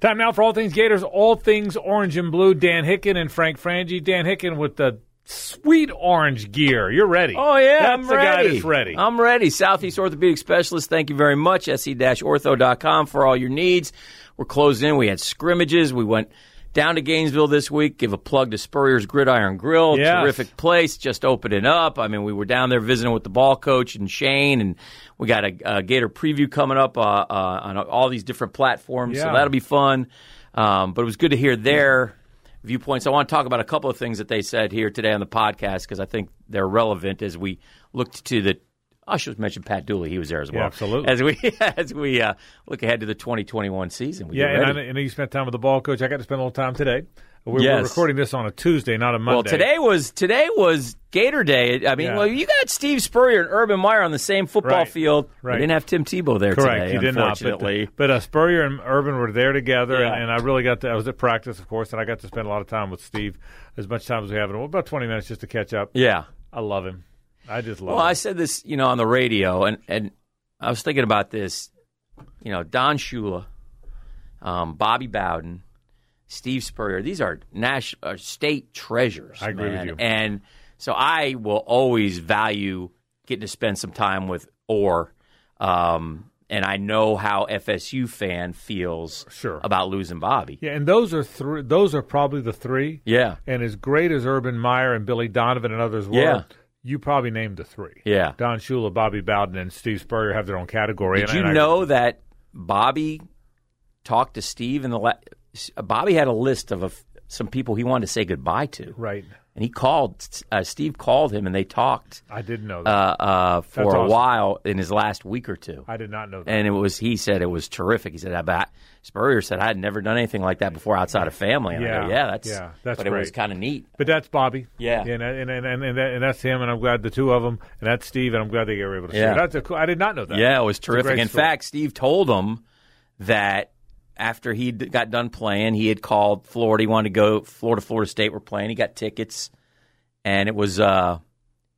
Time now for all things Gators, all things orange and blue. Dan Hicken and Frank Frangie. Dan Hicken with the sweet orange gear. You're ready. Oh yeah, that's I'm the ready. guy that's ready. I'm ready. Southeast Orthopedic Specialist. Thank you very much. E Se-ortho.com for all your needs. We're closed in. We had scrimmages. We went down to Gainesville this week. Give a plug to Spurrier's Gridiron Grill. Yes. Terrific place. Just opened it up. I mean, we were down there visiting with the ball coach and Shane, and we got a, a Gator preview coming up uh, uh, on all these different platforms. So Yeah. that'll be fun. Um, but it was good to hear their viewpoints. I want to talk about a couple of things that they said here today on the podcast because I think they're relevant as we looked to the. I should mention Pat Dooley; he was there as well. absolutely. As we as we uh, look ahead to the 2021 season, we yeah, get and I, ready. know- I know you spent time with the ball coach. I got to spend a little time today. We're, we're Yes. recording this on a Tuesday, not a Monday. Well, today was today was Gator Day. I mean, Yeah. well, you got Steve Spurrier and Urban Meyer on the same football Right. field. Right. You didn't have Tim Tebow there Correct. today, you did not. But, unfortunately. but uh, Spurrier and Urban were there together, Yeah. and, and I really got to. I was at practice, of course, and I got to spend a lot of time with Steve, as much time as we have, and about twenty minutes just to catch up. yeah. I love him. I just love Well, I him. said this, you know, on the radio, and and I was thinking about this. You know, Don Shula, um, Bobby Bowden, Steve Spurrier. These are national, uh, state treasures. I agree with man. you. And so I will always value getting to spend some time with Orr. Um, and I know how FSU fan feels Sure. about losing Bobby. yeah, and those are three. Those are probably the three. Yeah. And as great as Urban Meyer and Billy Donovan and others were, Yeah. you probably named the three. Yeah. Don Shula, Bobby Bowden, and Steve Spurrier have their own category. Did and, you and I- know that Bobby talked to Steve and the la- Bobby had a list of a f some people he wanted to say goodbye to, right. and he called uh, Steve called him and they talked I did know uh, that. uh, for That's a awesome. while in his last week or two. I did not know that. And it was he said it was terrific. He said I bet Spurrier said I had never done anything like that before outside of family. And I go, Yeah. yeah, that's Yeah, that's but it was great. kind of neat. But that's Bobby. Yeah. And and and and, and, that, and that's him, and I'm glad the two of them, and that's Steve, and I'm glad they were able to share. Yeah. That's a cool. I did not know that. Yeah, it was a terrific. great In story. fact, Steve told him that after he d- got done playing, he had called Florida. He wanted to go Florida, Florida State were playing. He got tickets, and it was uh,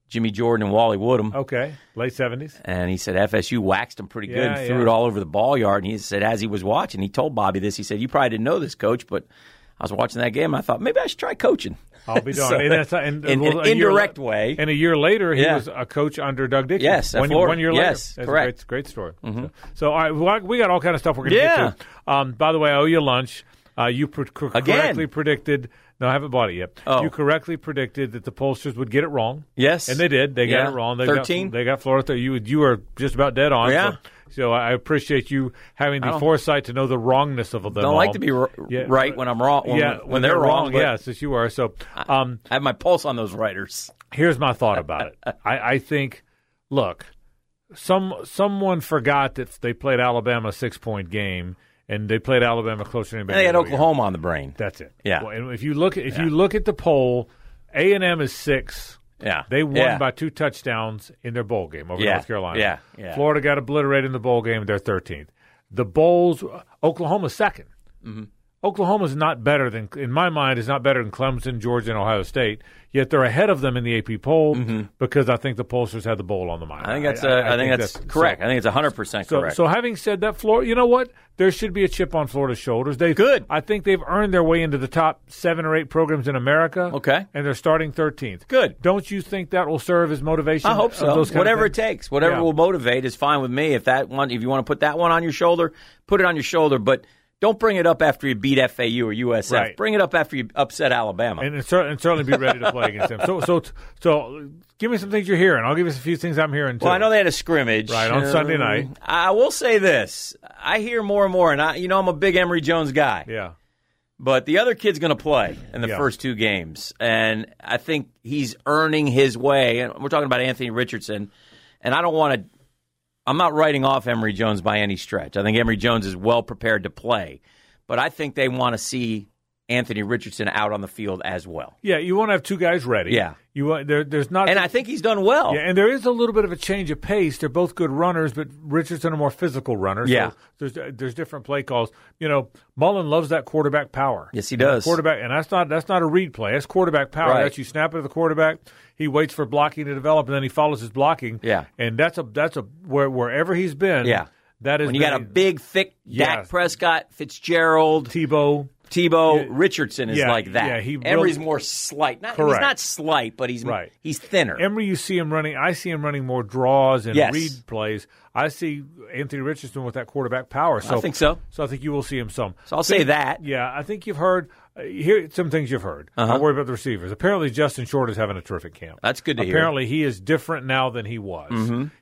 Jimmy Jordan and Wally Woodham. Okay. Late seventies. And he said FSU waxed him pretty good Yeah, and threw yeah. it all over the ball yard. And he said, as he was watching, he told Bobby this. He said, "You probably didn't know this, coach, but I was watching that game and I thought maybe I should try coaching." I'll be So darned. and that's, and, in well, an a year indirect la- way. And a year later, he Yeah. was a coach under Doug Dixon. Yes, at one, Florida. one year later. Yes, That's a correct. Mm-hmm. great, great story. So, so, all right, well, we got all kind of stuff we're going to Yeah. get to. Um, by the way, I owe you lunch. Uh, you pr- cor- Again. correctly predicted. No, I haven't bought it yet. Oh. You correctly predicted that the pollsters would get it wrong. Yes, And they did. They Yeah. got it wrong. They Thirteen? Got, they got Florida. You you were just about dead on. Yeah. So, so I appreciate you having the don't- foresight to know the wrongness of them. Don't like to be r- Yeah. right when I'm wrong. When, yeah, when, they're, wrong, but yes, as you are. So, um, I have my pulse on those writers. here's my thought about it. I, I think, look, some someone forgot that they played Alabama a six point game, and they played Alabama closer than anybody. And they had in the year. Oklahoma on the brain. That's it. Yeah. Well, and if you look, if you look at the poll, A and M is six. Yeah. They won Yeah. by two touchdowns in their bowl game over Yeah. North Carolina. Yeah. Yeah. Florida got obliterated in the bowl game. They're 13th. The bowls, Oklahoma 2nd Mm-hmm. Oklahoma's not better than, in my mind, is not better than Clemson, Georgia, and Ohio State. Yet they're ahead of them in the AP poll because I think the pollsters had the bowl on the mind. Mm-hmm. I think that's uh, I, think, that's, correct. I think it's 100% So, correct. so having said that, Florida, you know what? There should be a chip on Florida's shoulders. They Good. I think they've earned their way into the top seven or eight programs in America. Okay. and they're starting thirteenth. Good. Don't you think that will serve as motivation? I hope of so. those kind of Whatever it things? takes, whatever Yeah. will motivate is fine with me. If that one, if you want to put that one on your shoulder, put it on your shoulder. But don't bring it up after you beat FAU or USF. Right. Bring it up after you upset Alabama. and, and, cer- and certainly be ready to play against them. So, so, so, give me some things you're hearing. I'll give you a few things I'm hearing too. Well, I know they had a scrimmage Right, on Sunday Um, night. I will say this: I hear more and more, and I, you know, I'm a big Emory Jones guy. Yeah, But the other kid's going to play in the Yeah. first two games, and I think he's earning his way. And we're talking about Anthony Richardson, and I don't want to. I'm not writing off Emory Jones by any stretch. I think Emory Jones is well prepared to play, but I think they want to see Anthony Richardson out on the field as well, yeah. You want to have two guys ready. Yeah. you want there. There's not. and I think he's done well. Yeah, and there is a little bit of a change of pace. They're both good runners, but Richardson a more physical runner. so Yeah. there's uh, there's different play calls. You know, Mullen loves that quarterback power. Yes, he does. Quarterback, and that's not that's not a read play. That's quarterback power. Right. That's you snap it to the quarterback. He waits for blocking to develop, and then he follows his blocking. Yeah. and that's a that's a where wherever he's been. Yeah. That is When you got a the- big, thick Yeah. Dak Prescott, Fitzgerald, Tebow. Tebow, Yeah. Richardson is Yeah, like that. yeah, he Emery's really- more slight. Not, He's Correct. not slight, but he's Right. he's thinner. Emery, you see him running. I see him running more draws and Yes. read plays. I see Anthony Richardson with that quarterback power. So I think so. So I think you will see him some. So I'll say that. Yeah, I think you've heard. Uh, here some things you've heard. I worry about the receivers. Apparently, Justin Short is having a terrific camp. Uh-huh. That's good to hear. Mm-hmm. Apparently, he is different now than he was.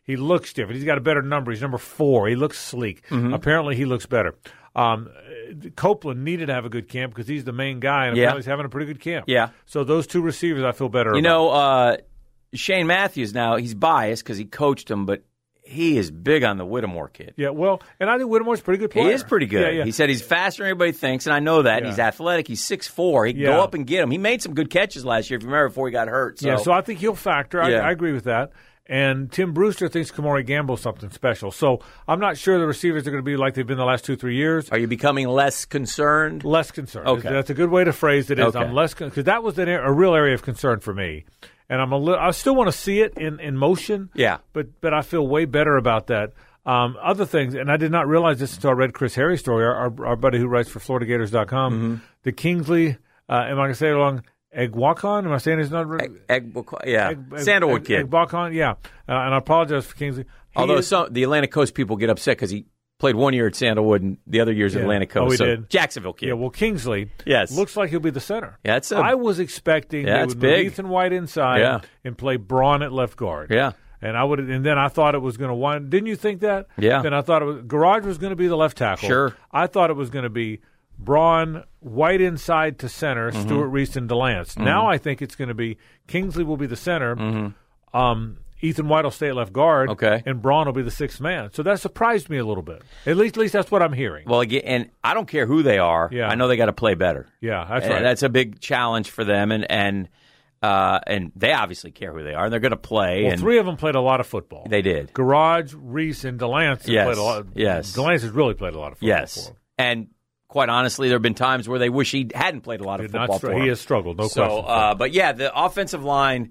He looks different. He's got a better number. He's number four. He looks sleek. Mm-hmm. Apparently, he looks better. Um, uh, Copeland needed to have a good camp because he's the main guy, and Yeah. apparently he's having a pretty good camp. Yeah. So those two receivers, I feel better. You about. know, uh, Shane Matthews now, he's biased because he coached him, but he is big on the Whittemore kid. Yeah, well, and I think Whittemore's a pretty good player. He is pretty good. Yeah, yeah. He said he's faster than everybody thinks, and I know that. And he's athletic. He's 6'4". He can Yeah. go up and get him. He made some good catches last year, if you remember, before he got hurt. So, yeah, so I think he'll factor. I, Yeah. I agree with that. And Tim Brewster thinks Kamari Gamble's something special. So I'm not sure the receivers are going to be like they've been the last two, three years. are you becoming less concerned? Less concerned. Okay. That's a good way to phrase it. Is Okay. I'm less because that was an, a- a real area of concern for me, and I'm a little. I still want to see it in in motion. Yeah. but but I feel way better about that. Um, other things, and I did not realize this until I read Chris Harry's story, our, our, our buddy who writes for FloridaGators.com. Mm-hmm. com. The Kingsley, uh, am I going to say it wrong? Egwakon? Am I saying it's not? right? Egg, yeah, Eg- Sandalwood Eg- kid. Egbalcon, yeah. Uh, and I apologize for Kingsley. He Although is- some the Atlantic Coast people get upset because he played one year at Sandalwood and the other year's Yeah. Atlantic Oh, Coast. he so did. Jacksonville kid. yeah, well, Kingsley Yes. looks like he'll be the center. Yeah, that's a- I was expecting Yeah, they that's would move big. Ethan White inside Yeah. and play Braun at left guard. Yeah. And I would, and then I thought it was going to wind. Didn't you think that? Yeah. Then I thought it was Garage was going to be the left tackle. Sure. I thought it was going to be Braun White inside to center, Mm-hmm. Stuart Reese and Delance. Now I think it's going to be Kingsley will be the center. Um, Ethan White will stay at left guard. Mm-hmm. Okay. And Braun will be the sixth man. So that surprised me a little bit. At least, at least that's what I'm hearing. well, again, and I don't care who they are. Yeah. I know they got to play better. yeah, that's And right. That's a big challenge for them, and and uh, and they obviously care who they are, and they're going to play. well, and three of them played a lot of football. they did, Garage, Reese, and Delance have Yes, played a lot. yes. Delance has really played a lot of football yes. for 'em. And quite honestly, there have been times where they wish he hadn't played a lot of Did not football. str- for he him. has struggled, no So, question. uh, but yeah, the offensive line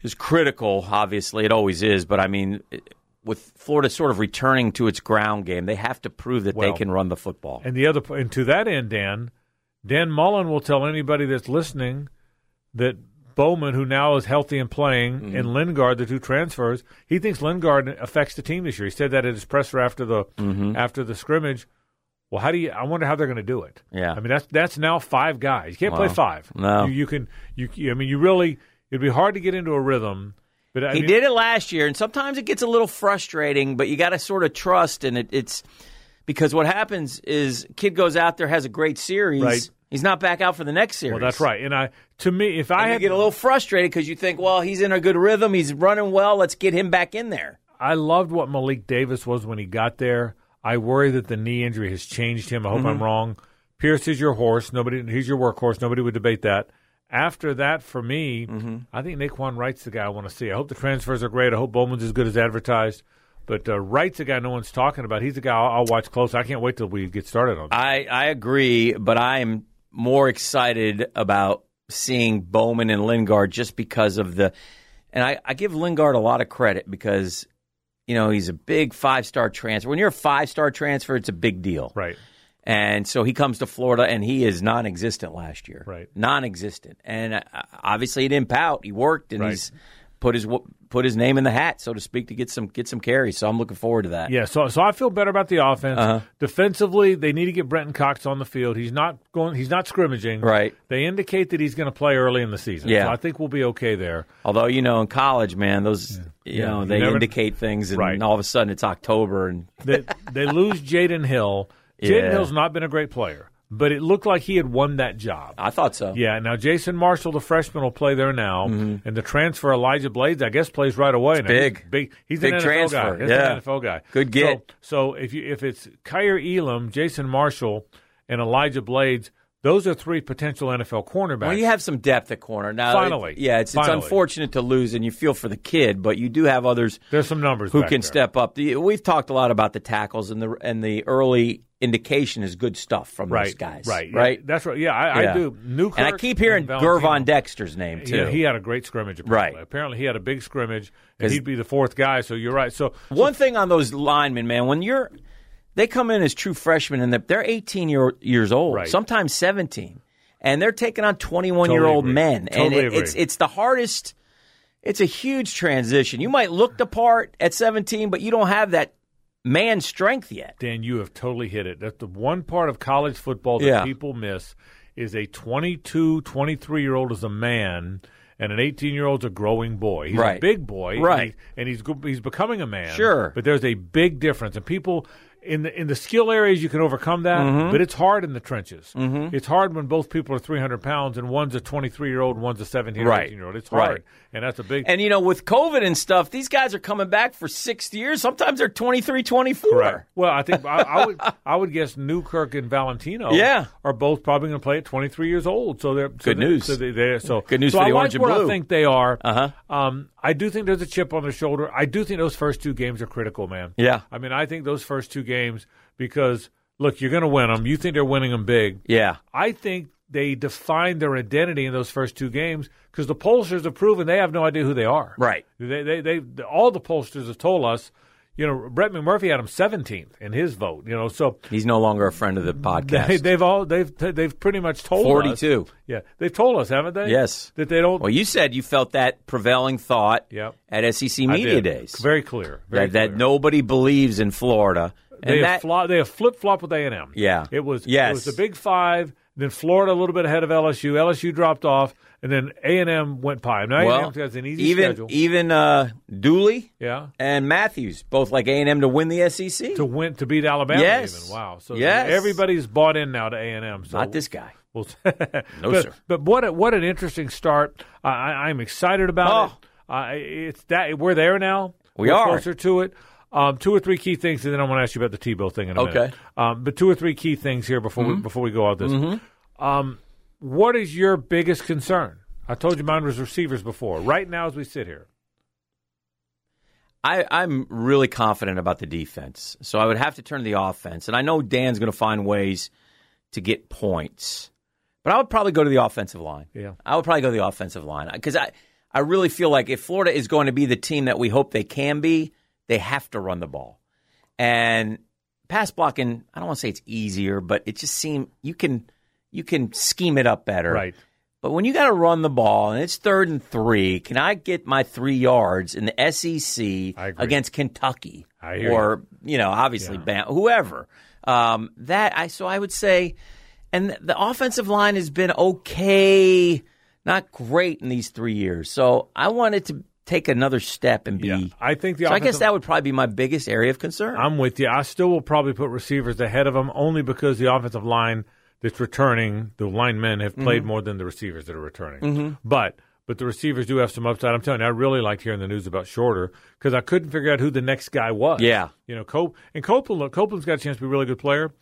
is critical. Obviously, it always is. But I mean, it- with Florida sort of returning to its ground game, they have to prove that Well, they can run the football. And the other, and to that end, Dan, Dan Mullen will tell anybody that's listening that Bowman, who now is healthy and playing, Mm-hmm. and Lingard, the two transfers, he thinks Lingard affects the team this year. He said that at his presser after the Mm-hmm. after the scrimmage. Well, how do you? I wonder how they're going to do it. Yeah. I mean that's that's now five guys. You can't play Wow. five. No. you, you can. You, you- I mean, you really. It'd be hard to get into a rhythm. But I he mean, did it last year, and sometimes it gets a little frustrating, but you got to sort of trust, and it, it's because what happens is kid goes out there has a great series, Right. he's not back out for the next series. Well, that's right. And I, to me, if I And you had get a little frustrated because you think, well, he's in a good rhythm, he's running well, let's get him back in there. I loved what Malik Davis was when he got there. I worry that the knee injury has changed him. I hope I'm wrong. Pierce is your horse. Nobody, he's your workhorse. Nobody would debate that. After that, for me, I think Naquan Wright's the guy I want to see. I hope the transfers are great. I hope Bowman's as good as advertised. But uh, Wright's a guy no one's talking about. He's a guy I'll, I'll watch close. I can't wait till we get started on. that. I, I agree, but I am more excited about seeing Bowman and Lingard just because of the. And I, I give Lingard a lot of credit because, you know, he's a big five star transfer. When you're a five star transfer, it's a big deal. Right. And so he comes to Florida, and he is non-existent last year. Right. non-existent. And uh, obviously, he didn't pout. He worked, and Right. he's put his put his name in the hat, so to speak, to get some get some carries. So I'm looking forward to that. Yeah, so so I feel better about the offense. Defensively, they need to get Brenton Cox on the field. He's not going. He's not scrimmaging. Right. They indicate that he's going to play early in the season. Yeah. So I think we'll be okay there. Although you know, in college, man, those you Yeah. know You they never- indicate things, and Right. all of a sudden it's October, and They, they lose Jaden Hill. Jaden Yeah. Hill's not been a great player, but it looked like he had won that job. I thought so. Yeah. Now Jason Marshall, the freshman, will play there now, and the transfer Elijah Blades, I guess, plays right away. now. Mm-hmm. big. He's big. He's Big an NFL guy. transfer, He's yeah. an NFL guy. Good get. So, so if you if it's Kyer Elam, Jason Marshall, and Elijah Blades, Those are three potential NFL cornerbacks. Well, you have some depth at corner now. it- Finally. yeah, it's, it's Finally. unfortunate to lose, and you feel for the kid, but you do have others There's some numbers who back can there. step up. The, we've talked a lot about the tackles, and the and the early indication is good stuff from those right, guys, right, yeah, Right, That's right. Yeah, I, Yeah. I do. Newkirk and I keep hearing Valentino. Gervon Dexter's name too. Yeah, he had a great scrimmage. Apparently. Right. Apparently, he had a big scrimmage, and 'Cause- he'd be the fourth guy. So you're right. So One thing on those linemen, man, when you're they come in as true freshmen and they're- they're 18 year, years old, Right. sometimes 17, and they're taking on 21 year Totally old agree. men, and Totally it- agree. it's it's the hardest. It's a huge transition. You might look the part at 17, but you don't have that man strength yet. Dan, you have totally hit it. That's the one part of college football that Yeah. people miss is a 22, 23 year old is a man and an 18 year old's a growing boy. He's Right. a big boy. Right. And, he, and he's go- he's becoming a man. Sure. But there's a big difference. And people in the in the skill areas you can overcome that, Mm-hmm. but it's hard in the trenches. It's hard when both people are 300 pounds and one's a 23 year old, one's a 17 Right. 18 year old. It's Right. hard. And that's a big And you know, with COVID and stuff, these guys are coming back for six years. Sometimes they're 23, 24. Right. Well, I think I, I would I would guess Newkirk and Valentino Yeah. are both probably going to play at 23 years old. So they're so Good they- news. So they, they're, so Good news so for I the like orange and where blue. I think they are. Uh-huh. Um, I do think there's a chip on their shoulder. I do think those first two games are critical, man. Yeah. I mean, I think those first two games because look, you're going to win them. You think they're winning them big. Yeah. I think they define their identity in those first two games because the pollsters have proven they have no idea who they are. Right. They, they, they, all the pollsters have told us, you know, Brett McMurphy had him 17th in his vote. You know, so He's no longer a friend of the podcast. they, they've all they've they've pretty much told us 42. Yeah, they've told us, haven't they? Yes. that they don't. Well, you said you felt that prevailing thought Yep. at SEC I Media did. Days Very clear. Very that, that clear. nobody believes in Florida. They And have, that, flo- they have flip flop with A and M. Yeah. it was Yes. it was the Big Five. Then Florida a little bit ahead of LSU. LSU dropped off, and then A and M went pie. Now A well, and M has an easy even schedule. even uh, Dooley yeah, and Matthews both like A and M to win the E SEC. to win to beat Alabama. Yes. Even. Wow. So Yes. everybody's bought in now to A and M. So Not this guy. We'll, No, but, sir. But what a, what an interesting start. I, I, I'm excited about Oh. it. Uh, it's that we're there now. We We're are. closer to it. Um, two or three key things, and then I want to ask you about the Tebow thing in a Okay. Mm-hmm. minute. Um, but two or three key things here before we, before we go out this. Um, what is your biggest concern? I told you mine was receivers before. Right now, as we sit here, I, I'm really confident about the defense, so I would have to turn to the offense. And I know Dan's going to find ways to get points, but I would probably go to the offensive line. Yeah. I would probably go to the offensive line because I, I really feel like if Florida is going to be the team that we hope they can be, they have to run the ball. And pass blocking, I don't want to say it's easier, but it just seems you can you can scheme it up better. right? But when you got to run the ball and it's third and three, can I get my three yards in the I SEC agree. against Kentucky I hear or you know obviously Bam, whoever? Um, that I so I would say, and the offensive line has been okay, not great in these three years. So I wanted to take another step and be. Yeah, I think the. so I guess offensive- that would probably be my biggest area of concern. I'm with you. I still will probably put receivers ahead of them only because the offensive line that's returning, the linemen have played Mm-hmm. more than the receivers that are returning. But but the receivers do have some upside. I'm telling you, I really liked hearing the news about Shorter because I couldn't figure out who the next guy was. Yeah. you know, Cop and Copeland. Look, Copeland's got a chance to be a really good player,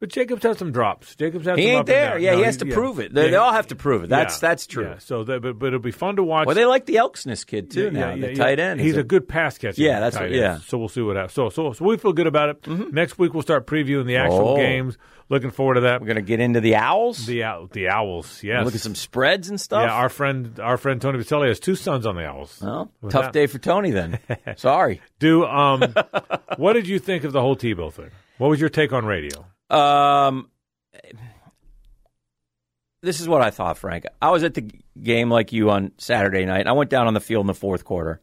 but Jacobs had some drops. Jacobs had he some ain't up and there. down. Yeah, No, he has to prove it. They, Yeah. they all have to prove it. That's Yeah. that's true. Yeah. So, that, but but it'll be fun to watch. Well, they like the Elksness kid too Yeah, now, yeah, the yeah. tight end. He's is a, good pass catcher. Yeah, that's tight what- end. yeah. Mm-hmm. So we'll see what happens. So so so we feel good about it. Next week we'll start previewing the actual Oh. games. Looking forward to that. We're gonna get into the owls. The owl, the owls. Yes. Look at some spreads and stuff. yeah, our friend our friend Tony Vitelli has two sons on the owls. Well, With tough that. day for Tony then. Sorry. Do um, what did you think of the whole Tebow thing? What was your take on radio? Um, this is what I thought, Frank. I was at the g- game like you on Saturday night. And I went down on the field in the fourth quarter,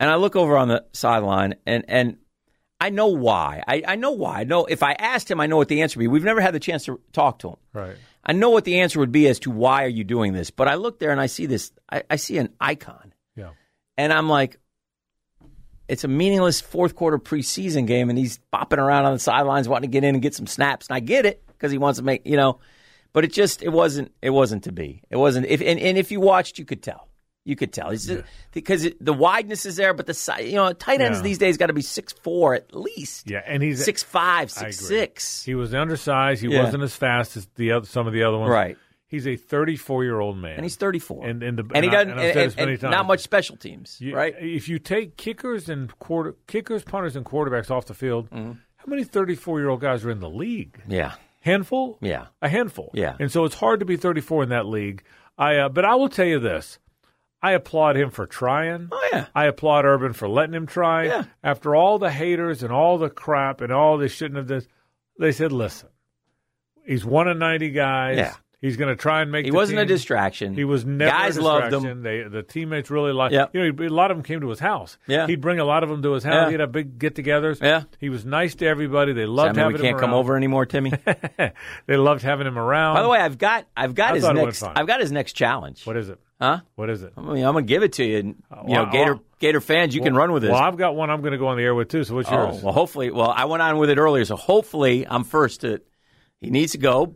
and I look over on the sideline, and and I know why. I, I know why. I know if I asked him, I know what the answer would be. We've never had the chance to talk to him. Right. I know what the answer would be as to why are you doing this, but I look there and I see this. I, I see an icon. Yeah. And I'm like, it's a meaningless fourth quarter preseason game, and he's bopping around on the sidelines wanting to get in and get some snaps. And I get it because he wants to make, you know, but it just it wasn't it wasn't to be. It wasn't. If and, and if you watched, you could tell. You could tell he's because it, the wideness is there, but the size. You know, tight ends Yeah. these days got to be six four at least. Yeah, and he's six five, I six agree. six. He was undersized. He Yeah. wasn't as fast as the other, some of the other ones. Right. He's a 34 year old man, and he's thirty four. And- and the- he and I- doesn't and I've said this many and not times. much special teams, You- right? If you take kickers and quarter kickers, punters, and quarterbacks off the field, Mm-hmm. how many 34 year old guys are in the league? Yeah, Handful. yeah. a handful. Yeah. And so it's hard to be 34 in that league. I uh, but I will tell you this. I applaud him for trying. Oh yeah. I applaud Urban for letting him try. Yeah. After all the haters and all the crap and all they shouldn't have this, they said, "Listen, he's one of 90 guys. Yeah. He's going to try and make." He the wasn't a team." distraction. He was never Guys a loved distraction. him. They, the teammates really liked. Yeah. You know, he'd- a lot of them came to his house. Yeah. He'd bring a lot of them to his house. Yeah. He'd have big get-togethers. Yeah. He was nice to everybody. They I loved mean, we having him can't come around. over anymore, Timmy. they loved having him around. By the way, I've got I've got I his thought it went next fine. I've got his next challenge. what Uh, is it? Huh? What is it? I mean, I'm gonna give it to you. And, you Well, know, Gator well, Gator fans, you can run with this. Well, I've got one I'm going to go on the air with too. So what's oh, yours? well, hopefully. Well, I went on with it earlier, so hopefully I'm first. To, he needs to go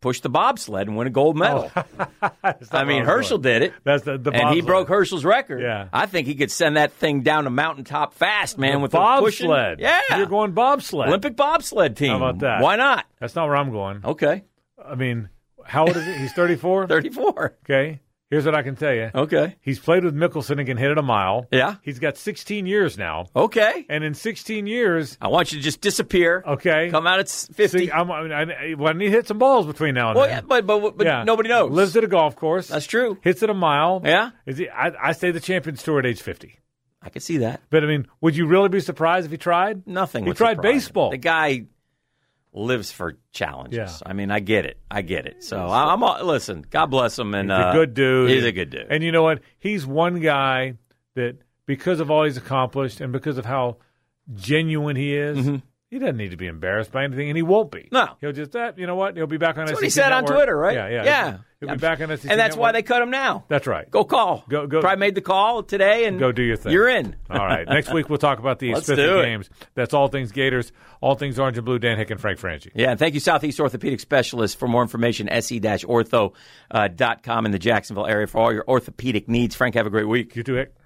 push the bobsled and win a gold medal. That's not I what mean, was Herschel doing. did it. That's Oh, the, the and he bobsled. broke Herschel's record. Yeah. I think he could send that thing down a mountaintop fast, man, with the pushing. bobsled. Yeah, you're going bobsled. Olympic bobsled team. How about that? Why not? That's not where I'm going. Okay, I mean, how old is he? He's 34. 34. okay, here's what I can tell you. Okay, He's played with Mickelson and can hit it a mile. yeah, He's got 16 years now, okay. and in 16 years, I want you to just disappear. okay, Come out at s- 50. see, uh, I'm, I, mean, I, well, I need to hit some balls between now and well, then. yeah, but but, but nobody knows. Lives at a golf course. That's true. Hits it a mile. Yeah, Is he, I, I say the Champions Tour at age 50. I could see that. But I mean, would you really be surprised if he tried? Nothing. He would tried surprise me. baseball. The guy lives for challenges. Yeah. I mean, I get it. I get it. So I, I'm all, listen. God bless him. And He's a uh, good dude. He's a good dude. And you know what? He's one guy that, because of all he's accomplished and because of how genuine he is, he doesn't need to be embarrassed by anything, and he won't be. Mm-hmm. No. He'll just, that, you know what? He'll be back on That's SEC what he said on Network. Twitter, right? Yeah, yeah. Yeah. He'll be back on SEC and that's why Network. they cut him now. That's right. Go call. Go- go- Probably made the call today and Go do your thing. You're in. All right. Next week, we'll talk about the Let's Spiffy do it. games. That's All Things Gators, All Things Orange and Blue, Dan Hick and Frank Franchi. Yeah, and thank you, Southeast Orthopedic Specialist. For more information, E uh, se-ortho.com in the Jacksonville area for all your orthopedic needs. Frank, have a great week. You too, Hick.